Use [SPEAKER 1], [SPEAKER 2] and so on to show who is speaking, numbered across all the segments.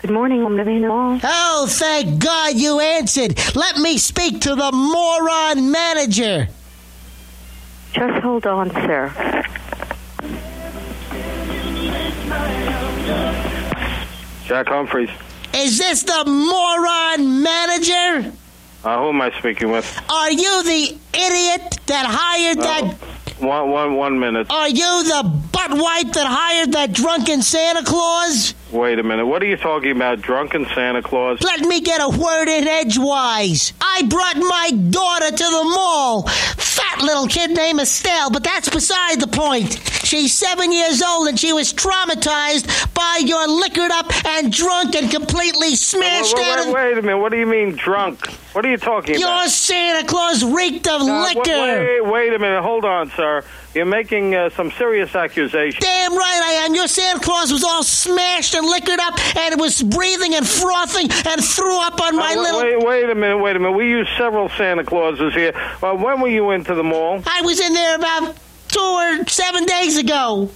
[SPEAKER 1] Good morning, hombre Vino.
[SPEAKER 2] Oh, thank God you answered. Let me speak to the moron manager.
[SPEAKER 1] Just hold on, sir.
[SPEAKER 3] Jack Humphreys.
[SPEAKER 2] Is this the moron manager?
[SPEAKER 3] Uh, who am I speaking with?
[SPEAKER 2] Are you the idiot that hired that?
[SPEAKER 3] One, one, one minute.
[SPEAKER 2] Are you the butt wipe that hired that drunken Santa Claus?
[SPEAKER 3] Wait a minute. What are you talking about? Drunken Santa Claus?
[SPEAKER 2] Let me get a word in edgewise. I brought my daughter to the mall. Fat little kid named Estelle, but that's beside the point. She's seven years old and she was traumatized by your liquored up and drunk and completely smashed
[SPEAKER 3] Wait, wait,
[SPEAKER 2] out
[SPEAKER 3] wait,
[SPEAKER 2] of
[SPEAKER 3] wait a minute. What do you mean drunk? What are you talking
[SPEAKER 2] your
[SPEAKER 3] about?
[SPEAKER 2] Santa Claus reeked of
[SPEAKER 3] Uh, wait-
[SPEAKER 2] liquor.
[SPEAKER 3] Wait, wait a minute. Hold on, sir. You're making uh, some serious accusations.
[SPEAKER 2] Damn right I am. Your Santa Claus was all smashed and liquored up and it was breathing and frothing and threw up on my
[SPEAKER 3] Uh, wait-
[SPEAKER 2] little.
[SPEAKER 3] Wait, wait a minute. Wait a minute. We use several Santa Clauses here. Uh, when were you into the mall?
[SPEAKER 2] I was in there about two or seven days ago.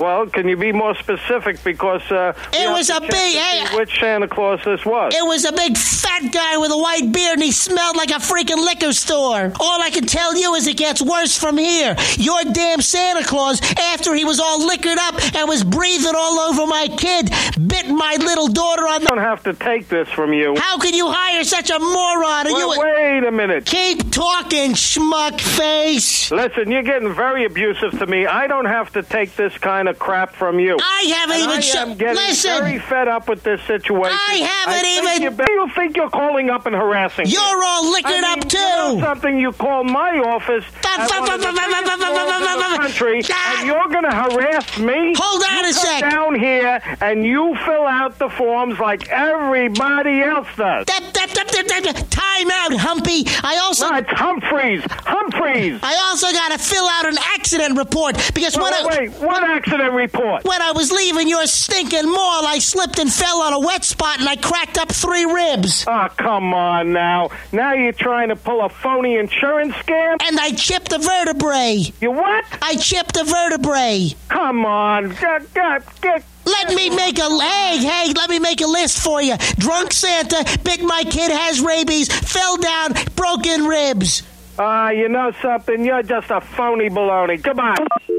[SPEAKER 3] Well, can you be more specific? Because uh, we
[SPEAKER 2] It
[SPEAKER 3] have
[SPEAKER 2] was
[SPEAKER 3] to
[SPEAKER 2] a big-
[SPEAKER 3] check to see
[SPEAKER 2] hey,
[SPEAKER 3] which Santa Claus this was?
[SPEAKER 2] It was a big fat guy with a white beard and he smelled like a freaking liquor store. All I can tell you is it gets worse from here. Your damn Santa Claus, after he was all liquored up and was breathing all over my kid, bit my little daughter on
[SPEAKER 3] I
[SPEAKER 2] the.
[SPEAKER 3] don't have to take this from you.
[SPEAKER 2] How can you hire such a moron? Are you.
[SPEAKER 3] Wait, wait a minute.
[SPEAKER 2] Keep talking, schmuck face.
[SPEAKER 3] Listen, you're getting very abusive to me. I don't have to take this kind of crap from you.
[SPEAKER 2] I haven't
[SPEAKER 3] And
[SPEAKER 2] even.
[SPEAKER 3] I
[SPEAKER 2] sh-
[SPEAKER 3] am getting
[SPEAKER 2] Listen,
[SPEAKER 3] very fed up with this situation.
[SPEAKER 2] I haven't even-
[SPEAKER 3] think You, be- you think you're calling up and harassing? me.
[SPEAKER 2] you're all liquored
[SPEAKER 3] I mean,
[SPEAKER 2] up too.
[SPEAKER 3] You know something you call my office at one of the biggest malls in the country, and you're going to harass me?
[SPEAKER 2] Hold on
[SPEAKER 3] You
[SPEAKER 2] a
[SPEAKER 3] come
[SPEAKER 2] sec.
[SPEAKER 3] down here and you fill out the forms like everybody else does.
[SPEAKER 2] Dep- dep- dep- dep- dep- dep- Time out, Humpy. I also
[SPEAKER 3] No, it's Humphreys. Humphreys.
[SPEAKER 2] I also got to fill out an accident report because when
[SPEAKER 3] wait,
[SPEAKER 2] I
[SPEAKER 3] wait, what accident report?
[SPEAKER 2] when I was leaving your stinking mall, I slipped and fell on a wet spot and I cracked up three ribs.
[SPEAKER 3] Oh, come on now. Now you're trying to pull a phony insurance scam?
[SPEAKER 2] And I chipped a vertebrae.
[SPEAKER 3] You what?
[SPEAKER 2] I chipped a vertebrae.
[SPEAKER 3] Come on. Get, get, get.
[SPEAKER 2] Let me make a hey hey. Let me make a list for you. Drunk Santa bit my kid, has rabies, fell down, broken ribs.
[SPEAKER 3] Ah, you know something? You're just a phony baloney. Come on.